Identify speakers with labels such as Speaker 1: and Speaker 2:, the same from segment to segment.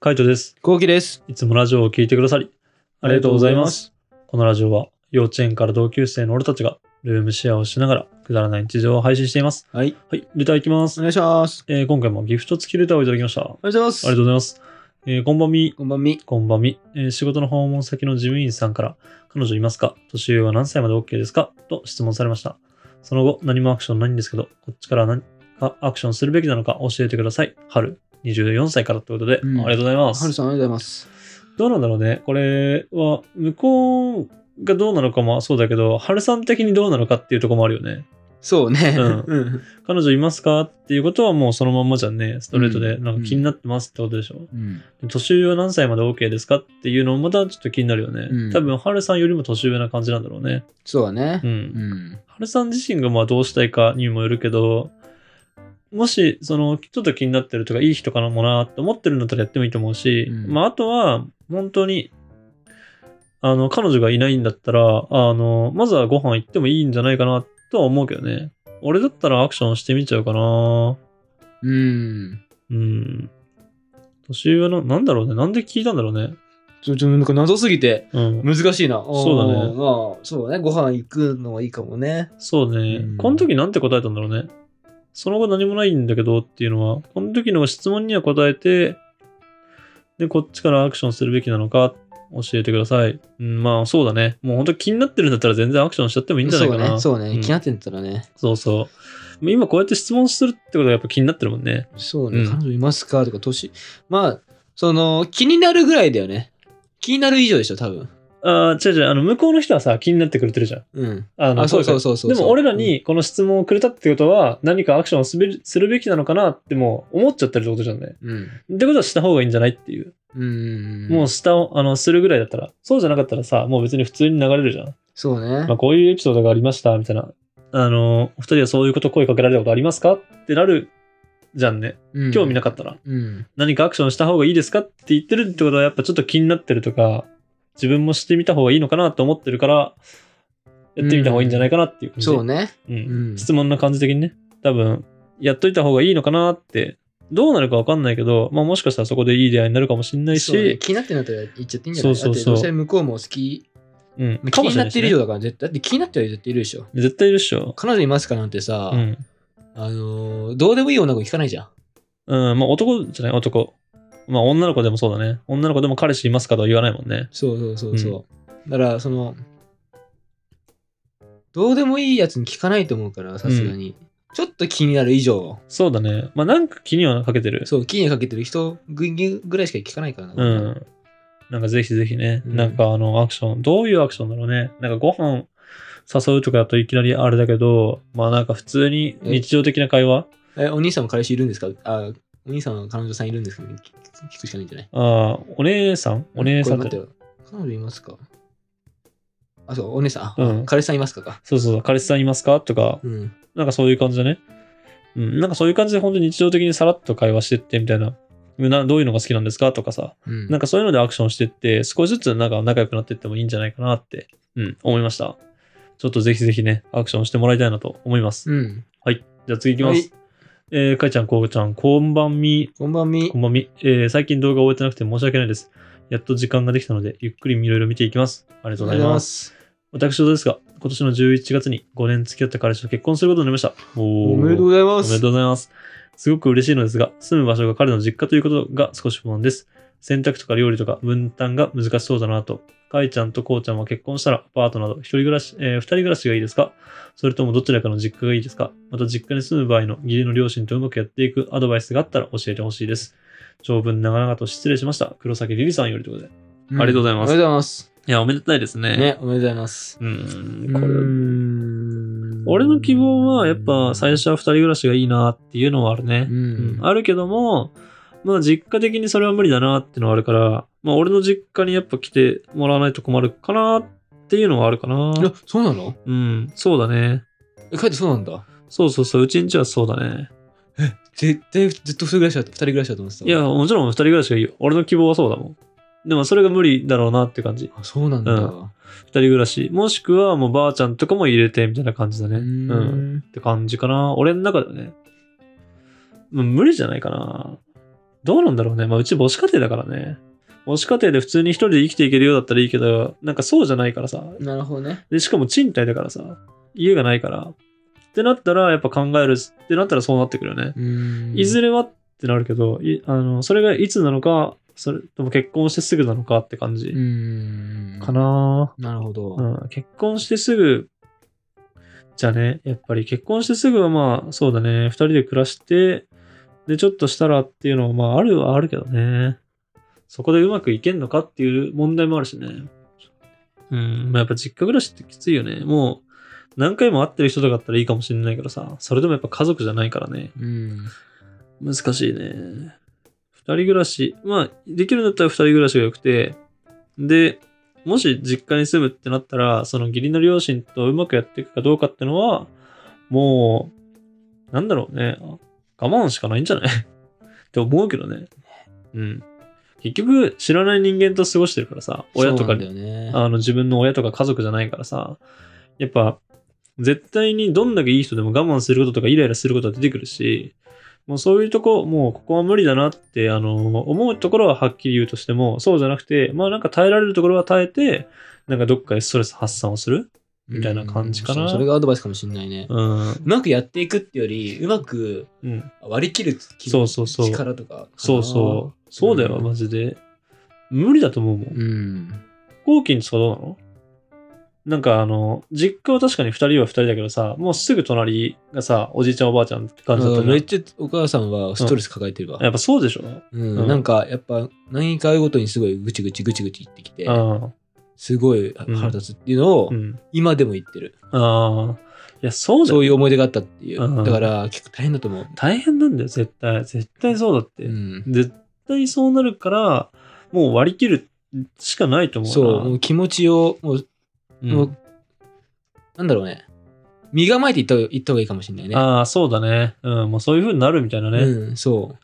Speaker 1: カイトです。
Speaker 2: こうきです。
Speaker 1: いつもラジオを聞いてくださり、ありがとうございます。このラジオは、幼稚園から同級生の俺たちが、ルームシェアをしながら、くだらない日常を配信しています。
Speaker 2: はい。
Speaker 1: はい、レターいきます
Speaker 2: お。願いします。
Speaker 1: えー今回もギフト付きレターをいただきました。あ
Speaker 2: おはようご
Speaker 1: り
Speaker 2: ざ
Speaker 1: が
Speaker 2: います。
Speaker 1: とうございます。えーこんばんみ、
Speaker 2: こんばんみ。
Speaker 1: こんばんみ、えー仕事の訪問先の事務員さんから、彼女いますか年上は何歳まで OK ですかと質問されました。その後、何もアクションないんですけど、こっちから何かアクションするべきなのか教えてください。春、24歳からということで、
Speaker 2: うん
Speaker 1: ありがとうございます。
Speaker 2: はるさん、ありがとうございます。
Speaker 1: どうなんだろうね。これは、向こうがどうなのかもそうだけど、春さん的にどうなのかっていうとこもあるよね。
Speaker 2: そうね。
Speaker 1: うん
Speaker 2: うん。
Speaker 1: 彼女いますかっていうことはもうそのまんまじゃんね。ストレートで、
Speaker 2: うん
Speaker 1: なんか気になってますってことでしょ。
Speaker 2: うん。
Speaker 1: 年上は何歳まで OK ですかっていうのもまたちょっと気になるよね。
Speaker 2: うん
Speaker 1: 多分、春さんよりも年上な感じなんだろうね。
Speaker 2: そうだね
Speaker 1: う。ん。
Speaker 2: うん。
Speaker 1: 春さん自身がまあどうしたいかにもよるけど、もし、その、ちょっと気になってるとか、いい人かなもなって思ってるんだったらやってもいいと思うし、
Speaker 2: うん
Speaker 1: まあ、あとは、本当に、あの、彼女がいないんだったら、あの、まずはご飯行ってもいいんじゃないかなとは思うけどね。俺だったらアクションしてみちゃうかな
Speaker 2: うん。
Speaker 1: うん。年上の、なんだろうね。なんで聞いたんだろうね。
Speaker 2: ちょ、ちょ、なんか謎すぎて
Speaker 1: うん。
Speaker 2: 難しいな。
Speaker 1: そうだね
Speaker 2: あーまあ、そうだね。ご飯行くのはいいかもね。
Speaker 1: そうね。
Speaker 2: うん
Speaker 1: この時なんて答えたんだろうね。その後何もないんだけどっていうのは、この時の質問には答えて、で、こっちからアクションするべきなのか教えてください。うん、まあそうだね。もう本当気になってるんだったら全然アクションしちゃってもいいんじゃないかな。
Speaker 2: そうね。そう
Speaker 1: う
Speaker 2: ね。
Speaker 1: ん
Speaker 2: 気になってんだったらね。
Speaker 1: そうそう今こうやって質問するってことがやっぱ気になってるもんね。
Speaker 2: そう
Speaker 1: う
Speaker 2: ね。
Speaker 1: ん
Speaker 2: 彼女いますかとか、年。まあ、その、気になるぐらいだよね。気になる以上でしょ、多分。
Speaker 1: ああ、違う違う、あの、向こうの人はさ、気になってくれてるじゃん。
Speaker 2: うん。
Speaker 1: あの
Speaker 2: あ、そうそうそうそう。
Speaker 1: でも俺らにこの質問をくれたってことは、何かアクションをすべるするべきなのかなってもう思っちゃってるってことじゃんね。
Speaker 2: うん。
Speaker 1: ってことはした方がいいんじゃないっていう。
Speaker 2: うん。うん。
Speaker 1: もう下をあのするぐらいだったら、そうじゃなかったらさ、もう別に普通に流れるじゃん。
Speaker 2: そうね
Speaker 1: まあ、。こういうエピソードがありました、みたいな。あの、お二人はそういうこと声かけられたことありますかってなるじゃんね。
Speaker 2: うん
Speaker 1: 興味なかったら、
Speaker 2: うん。
Speaker 1: 何かアクションした方がいいですかって言ってるってことは、やっぱちょっと気になってるとか、自分もしてみた方がいいのかなと思ってるから、やってみた方がいいんじゃないかなっていう感じ、
Speaker 2: そうね。
Speaker 1: うん
Speaker 2: うん
Speaker 1: 質問の感じ的にね。多分、やっといた方がいいのかなって、どうなるかわかんないけど、まあもしかしたらそこでいい出会いになるかもしんないし、
Speaker 2: そうね気になってんだったら言っちゃっていいんじゃない
Speaker 1: そうそうそう
Speaker 2: だってどうせ向こうも好き。
Speaker 1: うん。
Speaker 2: 気になってる以
Speaker 1: よ
Speaker 2: 上だから絶対。だって気になってる人っているでしょ。
Speaker 1: 絶対いるっしょ。
Speaker 2: 彼女いますかなんてさ、
Speaker 1: うん。
Speaker 2: あのーどうでもいい女の子聞かないじゃん。
Speaker 1: うん、まあ男じゃない男。まあ女の子でもそうだね。女の子でも彼氏いますかとは言わないもんね。
Speaker 2: そうそうそうそう。だから、その、どうでもいいやつに聞かないと思うから、さすがに。ちょっと気になる以上、
Speaker 1: そうだね。まあなんか気にはかけてる。
Speaker 2: そう、気にかけてる人ぐぐらいしか聞かないからな。
Speaker 1: う。ん。なんかぜひぜひね、
Speaker 2: うん
Speaker 1: なんかあのアクション、どういうアクションだろうね。なんかご飯誘うとかだといきなりあれだけど、まあなんか普通に日常的な会話、
Speaker 2: え、お兄さんも彼氏いるんですかあ、お兄さんは彼女さんいるんですか聞聞くしかないんじゃない
Speaker 1: ああ、お姉さんお姉さん
Speaker 2: こ
Speaker 1: って。
Speaker 2: れ待ってよ彼女いますかあ、そう、お姉さん。あ
Speaker 1: うん。
Speaker 2: 彼氏さんいますかか。
Speaker 1: そうそう、彼氏さんいますかとか、
Speaker 2: うん。
Speaker 1: なんかそういう感じだね。うん。なんかそういう感じで本当に日常的にさらっと会話してってみたいな。などういうのが好きなんですかとかさ。
Speaker 2: うん
Speaker 1: なんかそういうのでアクションしてって、少しずつなんか仲良くなっていってもいいんじゃないかなって、うん、思いました。ちょっとぜひぜひね、アクションしてもらいたいなと思います。
Speaker 2: うん。
Speaker 1: はい。じゃあ次行きます。えー、かいちゃん、こうちゃん、こんばんみ。
Speaker 2: こんばんみ
Speaker 1: こ。んばんみ。えー、最近動画終えてなくて申し訳ないです。やっと時間ができたので、ゆっくりいろいろ見ていきます。ありがとうございます。
Speaker 2: す。
Speaker 1: 私事ですが、今年の11月に5年付き合った彼氏と結婚することになりました。お
Speaker 2: おめでとうございま
Speaker 1: おめですと。うございます。すごく嬉しいのですが、住む場所が彼の実家ということが少し不安です。洗濯とか料理とか分担が難しそうだなと。かいちゃんとこうちゃんは結婚したらアパートなど一人暮らし、えー二人暮らしがいいですかそれともどちらかの実家がいいですかまた実家に住む場合の義理の両親とうまくやっていくアドバイスがあったら教えてほしいです。長文長々と失礼しました。黒崎リリさんよりということで。
Speaker 2: うん
Speaker 1: ありがとうございます
Speaker 2: おめでとうございます。
Speaker 1: いや、おめでたいですね。
Speaker 2: ね、おめでとうございます。
Speaker 1: うん、
Speaker 2: う
Speaker 1: これ
Speaker 2: ーん
Speaker 1: 俺の希望はやっぱ最初は二人暮らしがいいなっていうのはあるね。
Speaker 2: うん
Speaker 1: うんあるけども、まあ実家的にそれは無理だなっていうのはあるから、まあ俺の実家にやっぱ来てもらわないと困るかなっていうのはあるかな。
Speaker 2: いやそうなの
Speaker 1: うん、そうだね。
Speaker 2: え、書いてそうなんだ。
Speaker 1: そうそうそう、うちんちはそうだね。
Speaker 2: 絶対ずっと二人暮らしだと、二人暮らしだと思ってた。
Speaker 1: いや、、もちろん二人暮らしがいいよ。俺の希望はそうだもん。でもそれが無理だろうなって感じ。
Speaker 2: あそうなんだ。
Speaker 1: うん二人暮らし。もしくはもうばあちゃんとかも入れてみたいな感じだね。
Speaker 2: う
Speaker 1: うん。
Speaker 2: ん
Speaker 1: って感じかな。俺の中ではね。まあ無理じゃないかな。どうなんだろうね。まあ、うち母子家庭だからね。母子家庭で普通に一人で生きていけるようだったらいいけど、なんかそうじゃないからさ。
Speaker 2: なるほどね。
Speaker 1: で、しかも賃貸だからさ、家がないから。ってなったら、やっぱ考えるってなったらそうなってくるよね。
Speaker 2: うん
Speaker 1: いず
Speaker 2: れ。
Speaker 1: れはってなるけど、いあのそれがいつなのか、それとも結婚してすぐなのかって感
Speaker 2: う
Speaker 1: じ
Speaker 2: ん。
Speaker 1: か。な、
Speaker 2: なるほど。
Speaker 1: うん。結婚してすぐ、じゃね、やっぱり結婚してすぐはまあそうだね、二人で暮らして、で、ちょっとしたらっていうのはまああるはあるけどね。そこでうまくいけんのかっていう問題もあるしね。うん、まあやっぱ実家暮らしってきついよね。もう何回も会ってる人とかだったらいいかもしれないけどさ、それでもやっぱ家族じゃないからね。
Speaker 2: うん。
Speaker 1: 難しいね。二人暮らし、まあ、できるんだったら二人暮らしが良くて、で、もし実家に住むってなったら、その義理の両親とうまくやっていくかどうかってのは、もう、なんだろうね、我慢しかないんじゃない って思うけどね。うん。結局、知らない人間と過ごしてるからさ、親とか
Speaker 2: そうなんだよね。
Speaker 1: あの自分の親とか家族じゃないからさ、やっぱ、絶対にどんだけいい人でも我慢することとかイライラすることは出てくるし、もうそういうとこ、もうここは無理だなって、あの、思うところははっきり言うとしても、そうじゃなくて、まあなんか耐えられるところは耐えて、なんかどっかでストレス発散をする。みたいな感じかな
Speaker 2: うんそうそれがアドバイスかもしれないね。
Speaker 1: うん。
Speaker 2: うまくやっていくってより、うまく
Speaker 1: うん。
Speaker 2: 割り切る気
Speaker 1: そうそうそう
Speaker 2: 力とかかな
Speaker 1: そうそう。そうだよ、
Speaker 2: うん
Speaker 1: マジで。無理だと思うもん。
Speaker 2: うん。
Speaker 1: 後期にとかどうなのなんかあの、実家は確かに2人は2人だけどさ、もうすぐ隣がさ、おじいちゃんおばあちゃんって感じだった
Speaker 2: うん
Speaker 1: じゃ
Speaker 2: めっ
Speaker 1: ん。
Speaker 2: ちゃお母さんはストレス抱えてるわ。
Speaker 1: やっぱそうでしょ
Speaker 2: うん
Speaker 1: うん
Speaker 2: なんかやっぱ何か会うごとにすごいぐちぐちぐちぐち言ってきて、
Speaker 1: あ
Speaker 2: すごい腹立つっていうの
Speaker 1: あ、
Speaker 2: を
Speaker 1: うん。
Speaker 2: 今でも言ってる。
Speaker 1: ああ。いや、そうだ
Speaker 2: そ
Speaker 1: よ。
Speaker 2: ういう思い出があったっていう。
Speaker 1: うん
Speaker 2: だから結構大変だと思う。
Speaker 1: 大変なんだよ、絶対。絶対そうだって。
Speaker 2: うん
Speaker 1: 絶対そうなるから、もう割り切るしかないと思うな。
Speaker 2: そう、もう気持ちを、もう、
Speaker 1: うん
Speaker 2: もうなんだろうね。身構えていった言った方がいいかもしれないね。
Speaker 1: ああ、そうだね。うん、もうそういう風になるみたいなね。
Speaker 2: うん、そう。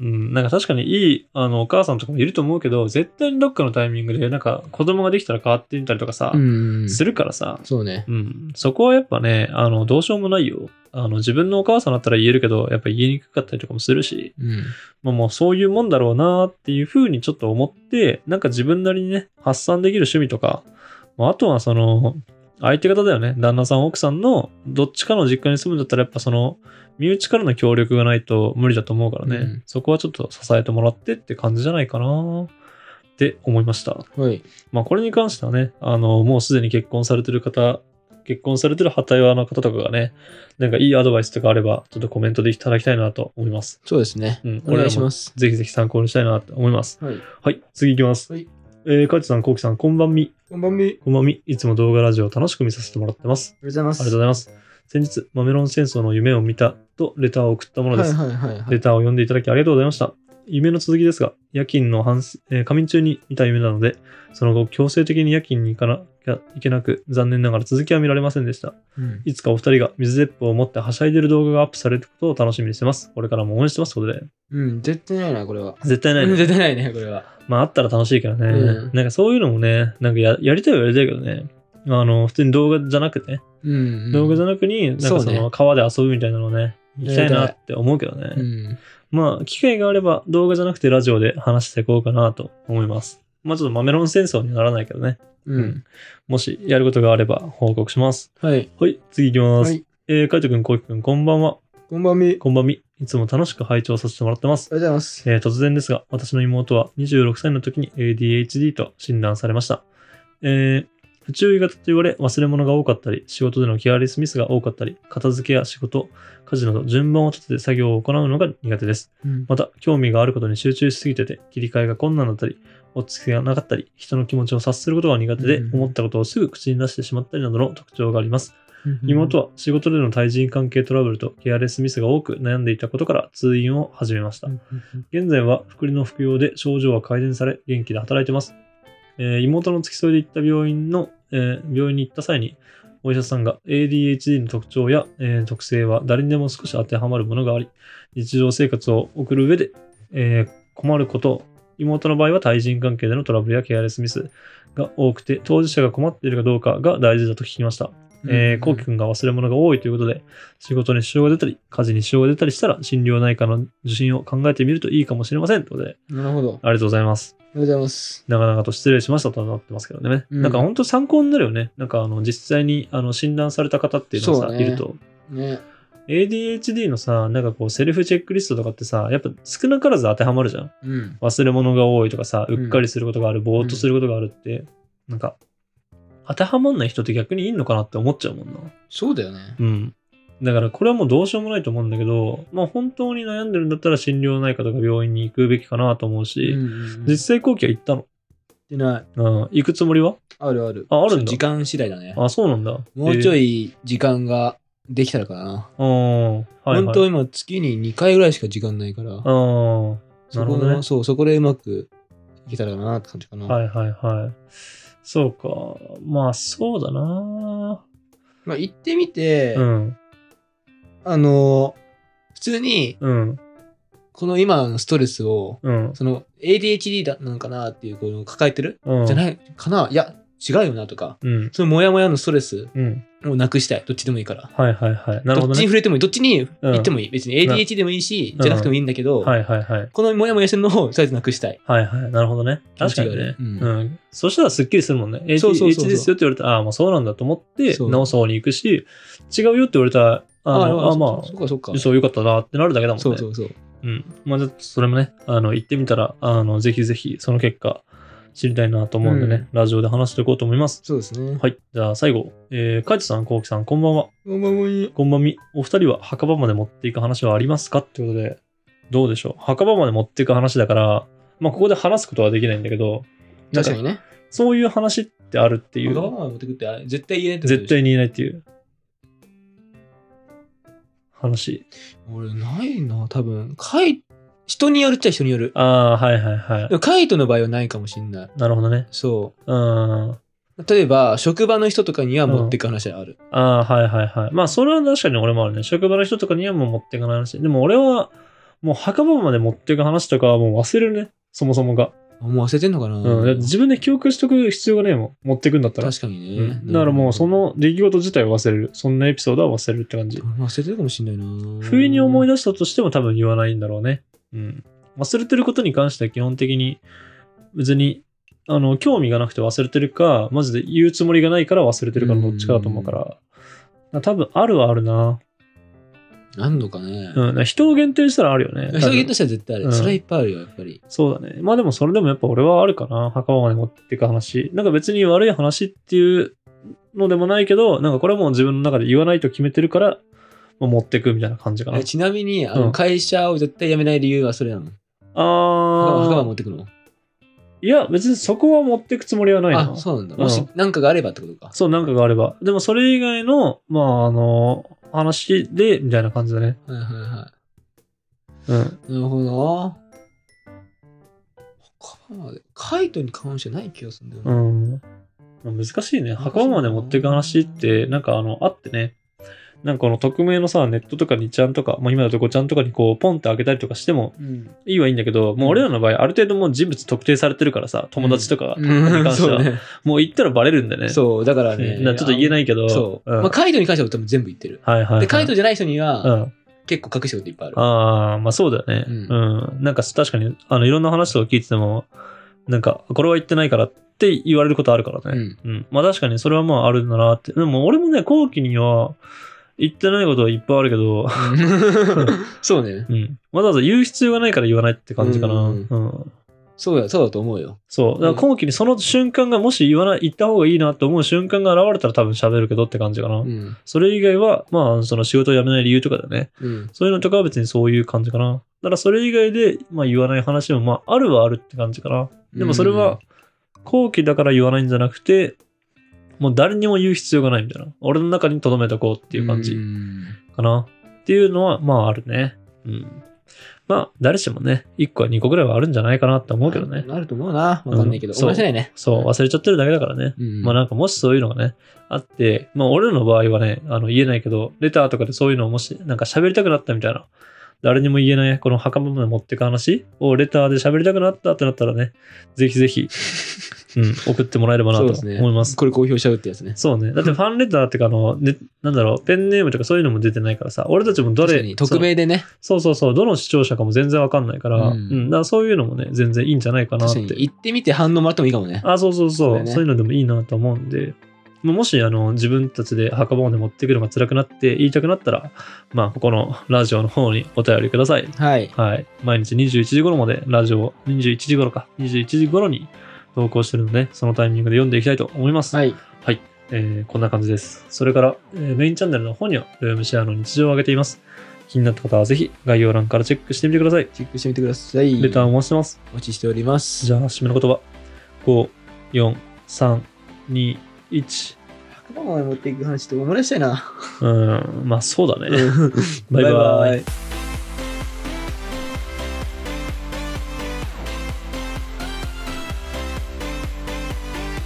Speaker 1: うん、なんか確かにいいあのお母さんとかもいると思うけど、絶対にどっかのタイミングで、なんか子供ができたら変わってみたりとかさ、
Speaker 2: うん
Speaker 1: するからさ、
Speaker 2: そうね。
Speaker 1: うん、そこはやっぱね、あのどうしようもないよあの。自分のお母さんだったら言えるけど、やっぱ言いにくかったりとかもするし、
Speaker 2: うん。
Speaker 1: まあ、もうそういうもんだろうなっていうふうにちょっと思って、なんか自分なりにね、発散できる趣味とか、まあ、あとはその、相手方だよね。旦那さん、奥さんのどっちかの実家に住むんだったら、やっぱその、身内からの協力がないと無理だと思うからね、
Speaker 2: うん
Speaker 1: そこはちょっと支えてもらってって感じじゃないかなって思いました。
Speaker 2: はい。
Speaker 1: まあ、これに関してはね、あの、もうすでに結婚されてる方、結婚されてる旗岩の方とかがね、なんかいいアドバイスとかあれば、ちょっとコメントでいただきたいなと思います。
Speaker 2: そうですね。
Speaker 1: うん、
Speaker 2: お願いし
Speaker 1: す
Speaker 2: ます。
Speaker 1: ぜひぜひ参考にしたいなと思います。
Speaker 2: はい。
Speaker 1: はい、次いきます。
Speaker 2: はい
Speaker 1: えー、かいちさん、こうきさん、こんばんみ。
Speaker 2: こんばんみ。あり
Speaker 1: こんばんみ。いつも動画ラジオを楽しく見させてもらってます。
Speaker 2: がとうございま
Speaker 1: あり
Speaker 2: す。
Speaker 1: がとうございます。先日、マメロン戦争の夢を見たとレターを送ったものです。
Speaker 2: はいはいはい、は
Speaker 1: レ
Speaker 2: い。
Speaker 1: ターを読んでいただきありがとうございました。夢の続きですが、夜勤の半す、えー仮眠中に見た夢なので、その後強制的に夜勤に行かなきゃいけなく、残念ながら続きは見られませんでした。
Speaker 2: うん
Speaker 1: いつかお二人が水鉄砲を持ってはしゃいでる動画がアップされることを楽しみにしてます。これからも応援してます。ということで、
Speaker 2: うん、絶対ないな、これは。
Speaker 1: 絶対ないね
Speaker 2: うん絶対ないね、これは。
Speaker 1: まああったら楽しいけどね、
Speaker 2: うん
Speaker 1: なんかそういうのもね、なんかややりたいはやりたいけどね、あの、普通に動画じゃなくて、
Speaker 2: うん、うん。
Speaker 1: 動画じゃなくに、なんかそ
Speaker 2: そうね
Speaker 1: の川で遊ぶみたいなのね、行きたいなって思うけどね、
Speaker 2: うん。
Speaker 1: まあ機会があれば動画じゃなくてラジオで話していこうかなと思います。まあちょっとマメロン戦争にはならないけどね、
Speaker 2: う。
Speaker 1: うんもしやることがあれば報告します。
Speaker 2: はい。
Speaker 1: はい、次行きます。
Speaker 2: はい
Speaker 1: えー、カイトくん、コウキくん、こんばんは。
Speaker 2: こんばんみ。ありがと
Speaker 1: こんばんみ。いつも楽しく拝聴させてもらってます。
Speaker 2: うございます。
Speaker 1: えー突然ですが、私の妹は26歳の時に ADHD と診断されました。えー不注意型と言われ、忘れ物が多かったり、仕事でのケアレスミスが多かったり、片付けや仕事、家事など順番を立てて作業を行うのが苦手です。
Speaker 2: うん
Speaker 1: また、興味があることに集中しすぎてて、切り替えが困難だったり、落ち着きがなかったり、人の気持ちを察することが苦手で
Speaker 2: う、ん
Speaker 1: 思ったことをすぐ口に出してしまったりなどの特徴があります。妹は仕事での対人関係トラブルとケアレスミスが多く悩んでいたことから通院を始めました
Speaker 2: う。んうん
Speaker 1: 現在は福利の服用で症状は改善され元気で働いてます、えー妹の付き添いで行った病院の、えー病院に行った際にお医者さんが ADHD の特徴や、えー特性は誰にでも少し当てはまるものがあり日常生活を送る上で、えー困ること妹の場合は対人関係でのトラブルやケアレスミスが多くて当事者が困っているかどうかが大事だと聞きました
Speaker 2: う
Speaker 1: えー、こうきくんが忘れ物が多いということで、仕事に支障が出たり、家事に支障が出たりしたら、心療内科の受診を考えてみるといいかもしれません。ということで、
Speaker 2: なるほど。あり
Speaker 1: ありがとうございます。
Speaker 2: がとうございます。
Speaker 1: なかなかと失礼しましたとなってますけどね。
Speaker 2: うん
Speaker 1: なんか本当参考になるよね。なんかあの実際にあの診断された方っていうのがさ、
Speaker 2: そうね
Speaker 1: いると。
Speaker 2: ね。
Speaker 1: ADHD のさ、なんかこうセルフチェックリストとかってさ、やっぱ少なからず当てはまるじゃん。
Speaker 2: うん。
Speaker 1: 忘れ物が多いとかさ、
Speaker 2: うん
Speaker 1: うっかりすることがある、ぼーっとすることがあるって、なんか当てはまんない人って逆にいんのかなって思っちゃうもんな。
Speaker 2: そうだよね。
Speaker 1: うん。だからこれはもうどうしようもないと思うんだけど、まあ本当に悩んでるんだったら心療内科とか病院に行くべきかなと思うし、
Speaker 2: うんうんうん
Speaker 1: 実際後期は行ったの。
Speaker 2: ってない。
Speaker 1: うん、行くつもりは
Speaker 2: あるある。
Speaker 1: ああるんだ
Speaker 2: 時間次第だね。
Speaker 1: あ、そうなんだ。
Speaker 2: もうちょ
Speaker 1: い。
Speaker 2: い時間ができたらかな。
Speaker 1: うん。はい、はい。
Speaker 2: 本当今月に2回ぐらいしか時間ないから、
Speaker 1: うん。
Speaker 2: そこ
Speaker 1: なるほど
Speaker 2: の
Speaker 1: ね
Speaker 2: そうそこでうまくいけたらなって感じかな。
Speaker 1: はいはいはい。そうか。まあ、そうだな。
Speaker 2: まあ行ってみて、
Speaker 1: うん。
Speaker 2: あの普通に
Speaker 1: うん。
Speaker 2: この今のストレスを
Speaker 1: うん。
Speaker 2: その ADHD だなんかなっていうこの抱えてる、
Speaker 1: うん。
Speaker 2: じゃ
Speaker 1: い。
Speaker 2: ないかないや違うよなとか
Speaker 1: うん。
Speaker 2: そのモヤモヤのストレス
Speaker 1: うん。
Speaker 2: をなくしたいどっちでもいいから。
Speaker 1: はいはいはい。なる
Speaker 2: ど
Speaker 1: ほ
Speaker 2: っ
Speaker 1: ど
Speaker 2: ちに
Speaker 1: ね。
Speaker 2: 触れてもいい。どっちに
Speaker 1: うん
Speaker 2: 行ってもいい。別に ADH でもいいし、
Speaker 1: うん
Speaker 2: じゃなくてもいいんだけど、
Speaker 1: はいはいはい。
Speaker 2: このモヤモヤしてるのをとりあえずなくしたい。
Speaker 1: はいはい。なるほどね。
Speaker 2: 気
Speaker 1: 確
Speaker 2: 持ち
Speaker 1: か
Speaker 2: が
Speaker 1: にね
Speaker 2: ね。
Speaker 1: う。
Speaker 2: うん
Speaker 1: そしたらすっきりするもんね。
Speaker 2: そう
Speaker 1: H
Speaker 2: そうそうそう
Speaker 1: H ですよって言われたら、ああ、もうそうなんだと思って、
Speaker 2: そう
Speaker 1: 直そうに行くし、違うよって言われたら、あのあ、ま
Speaker 2: そっかそっか
Speaker 1: あ、。そうよかったなってなるだけだもんね。
Speaker 2: そうそうそう。
Speaker 1: うん。まあ、ちょっとそれもね、あの、行ってみたら、あの、ぜひぜひ、その結果、知りたいなと思うんでね、ラジオで話していこうと思います。
Speaker 2: そうですね。
Speaker 1: はい。じゃあ、最後、えー、カイトさん、コウキさん、こんばんは。
Speaker 2: おまもに。
Speaker 1: こんばんみ。お二人は墓場まで持っていく話はありますかってことで、どうでしょう。墓場まで持っていく話だから、まあ、ここで話すことはできないんだけど、なん
Speaker 2: 確かにね。
Speaker 1: そういう話ってあるってい
Speaker 2: 言う。
Speaker 1: う、
Speaker 2: 持ってくって、絶対言えないってこと
Speaker 1: 絶
Speaker 2: でしょ。
Speaker 1: 対に言えないっていう話。
Speaker 2: 俺、ないな、多分。カイ、人によるっちゃ人による。
Speaker 1: ああー、はいはいは
Speaker 2: でもカイトの場合はないかもしんない。
Speaker 1: い。なるほどね。
Speaker 2: そ
Speaker 1: うん。
Speaker 2: う。例えば、職場の人とかには持ってく話はある。
Speaker 1: ああ、はいはいはい。まあ、それは確かに俺もあるね。職場の人とかにはもう持っていかない話。でも俺は、もう墓場まで持っていく話とかはもう忘れるね。そもそもが。
Speaker 2: もう忘れてんのかな、
Speaker 1: うん。だって自分で記憶しとく必要がねえもん。持っていくんだったら。
Speaker 2: 確かに
Speaker 1: う
Speaker 2: ね。
Speaker 1: んだからもうその出来事自体を忘れる。そんなエピソードは忘れるって感じ。
Speaker 2: 忘れてるかもしんないな。
Speaker 1: 不意に思い
Speaker 2: 出
Speaker 1: 出したとしても多分言わないんだろうね。うん。忘れてることに関しては基本的に、別に、あの、興味がなくて忘れてるか、マジで言うつもりがないから忘れてるかのどっちかだと思うから。多分あるはあるな。
Speaker 2: あんのかね。
Speaker 1: うん、だから人を限定したらあるよね。多
Speaker 2: 人間と
Speaker 1: 分
Speaker 2: しては絶対ある。
Speaker 1: うん
Speaker 2: それはいっぱいあるよ、やっぱり。
Speaker 1: そうだね。まあでもそれでもやっぱ俺はあるかな。墓場まで持っていく話。なんか別に悪い話っていうのでもないけど、なんかこれはもう自分の中で言わないと決めてるから、まあ持っていくみたいな感じかな。
Speaker 2: えちなみに、あ
Speaker 1: う
Speaker 2: の
Speaker 1: ん
Speaker 2: 会社を絶対辞めない理由はそれなの。墓場
Speaker 1: あ
Speaker 2: 持
Speaker 1: あ、
Speaker 2: ってくの
Speaker 1: いや別にそこは持っていくつもりはないな。
Speaker 2: あ、そうなんだ。
Speaker 1: うん
Speaker 2: もし何かがあればってことか。
Speaker 1: そう、なんかがあれば。でもそれ以外の、まああの、話で、みたいな感じだね。
Speaker 2: はいはいは
Speaker 1: うん。
Speaker 2: い。なるほど。墓場まで。カイトに関してない気がするんだよな、
Speaker 1: うん。まあ難しいね。墓場まで持っていく話って、なんかあの、あってね。なんかこの匿名のさ、ネットとか2ちゃんとか、まあ今だと5ちゃんとかにこう、ポンって開けたりとかしても
Speaker 2: うん。
Speaker 1: いいはいいんだけど、もう俺らの場合、ある程度もう人物特定されてるからさ、友達とかに関して
Speaker 2: そ
Speaker 1: は、
Speaker 2: うね。
Speaker 1: もう言ったらバレるんだよね。
Speaker 2: そう、だからね。
Speaker 1: うんなちょっと言えないいけど。
Speaker 2: そう。
Speaker 1: ん
Speaker 2: まあ、カイトに関しては多分全部言ってる。
Speaker 1: はいはい、はい。
Speaker 2: で、カイトじゃない人に
Speaker 1: う
Speaker 2: は
Speaker 1: ん。
Speaker 2: 結構隠してることいっぱいある。
Speaker 1: ああ、まあそうだよね。う。
Speaker 2: うん
Speaker 1: なんか確かに、あの、いろんな話とか聞いてても、なんか、これは言ってないからって言われることあるからね。うん。まあ確かにそれはまああるんだなって。でも俺もね、後期には言ってないことはいっぱいあるけど、
Speaker 2: うん そうね。
Speaker 1: うん。わざわざ言う必要がないから言わないって感じかな。う
Speaker 2: うんん。そうだ、そうだと思うよ。
Speaker 1: そう。だから後期にその瞬間が、もし言わない、言った方がいいなと思う瞬間が現れたら多分喋るけどって感じかな。
Speaker 2: うん。
Speaker 1: それ以外は、まあ、その仕事を辞めない理由とかだよね。
Speaker 2: うん。
Speaker 1: そういうのとかは別にそういう感じかな。だからそれ以外で、まあ、言わない話も、まあ、あるはあるって感じかな。でもそれは、後期だから言わないんじゃなくて、もう誰にも言う必要がないみたいな。俺の中に留めとこうっていう感
Speaker 2: う
Speaker 1: じ
Speaker 2: ん
Speaker 1: かな。っていうのは、まああるね。うん。まあ、誰しもね、1個や2個ぐらいはあるんじゃないかなって思うけどね。
Speaker 2: なると思うな。わかんないけど。
Speaker 1: うんそう
Speaker 2: 思い出せないね。
Speaker 1: そう、忘れちゃってるだけだからね。
Speaker 2: うん
Speaker 1: まあなんかもしそういうのがね、あって、まあ俺らの場合はね、あの言えないけど、レターとかでそういうのをもし、なんか喋りたくなったみたいな、誰にも言えない、 この墓場まで持ってく話をレターで喋りたくなったってなったらね、ぜひぜひ、うん、送ってもらえればなと思
Speaker 2: そうですね
Speaker 1: います。
Speaker 2: これ公表しちゃうってやつね。
Speaker 1: そうね。だってファンレターっていうか、あの、ね、なんだろう、ペンネームとかそういうのも出てないからさ、俺たちもど
Speaker 2: 確か
Speaker 1: れ
Speaker 2: に、匿名でね、
Speaker 1: そうそうそう、どの視聴者かも全然わかんないから、う
Speaker 2: うんん、
Speaker 1: だからそういうのもね、全然いいんじゃないかなっ
Speaker 2: 確か
Speaker 1: て
Speaker 2: に。行ってみて反応もらってもいいかもね。
Speaker 1: あ、そうそうそう、
Speaker 2: そう
Speaker 1: そうい
Speaker 2: だね
Speaker 1: うのでもいいなと思うんで、まあもし、あの、自分たちで墓場まで持ってくるのが辛くなって言いたくなったら、まあ、ここのラジオの方にお便りください。
Speaker 2: はい。
Speaker 1: はい。毎日21時頃までラジオを、21時頃か、21時頃に投稿してるので、そのタイミングで読んでいきたいと思います。
Speaker 2: はい。
Speaker 1: えーこんな感じです。それから、えーメインチャンネルの方には、ルームシェアの日常を上げています。気になった方はぜひ概要欄からチェックしてみてください。
Speaker 2: チェックしてみてください。
Speaker 1: レターをお待ちしてます。
Speaker 2: お待ちしております。
Speaker 1: じゃあ、締めの言葉。5、4、3、2、1。
Speaker 2: 白馬まで持っていく話って思い出したいな。
Speaker 1: うーん、まあそうだね。
Speaker 2: バイ
Speaker 1: バイバイ。
Speaker 2: イ。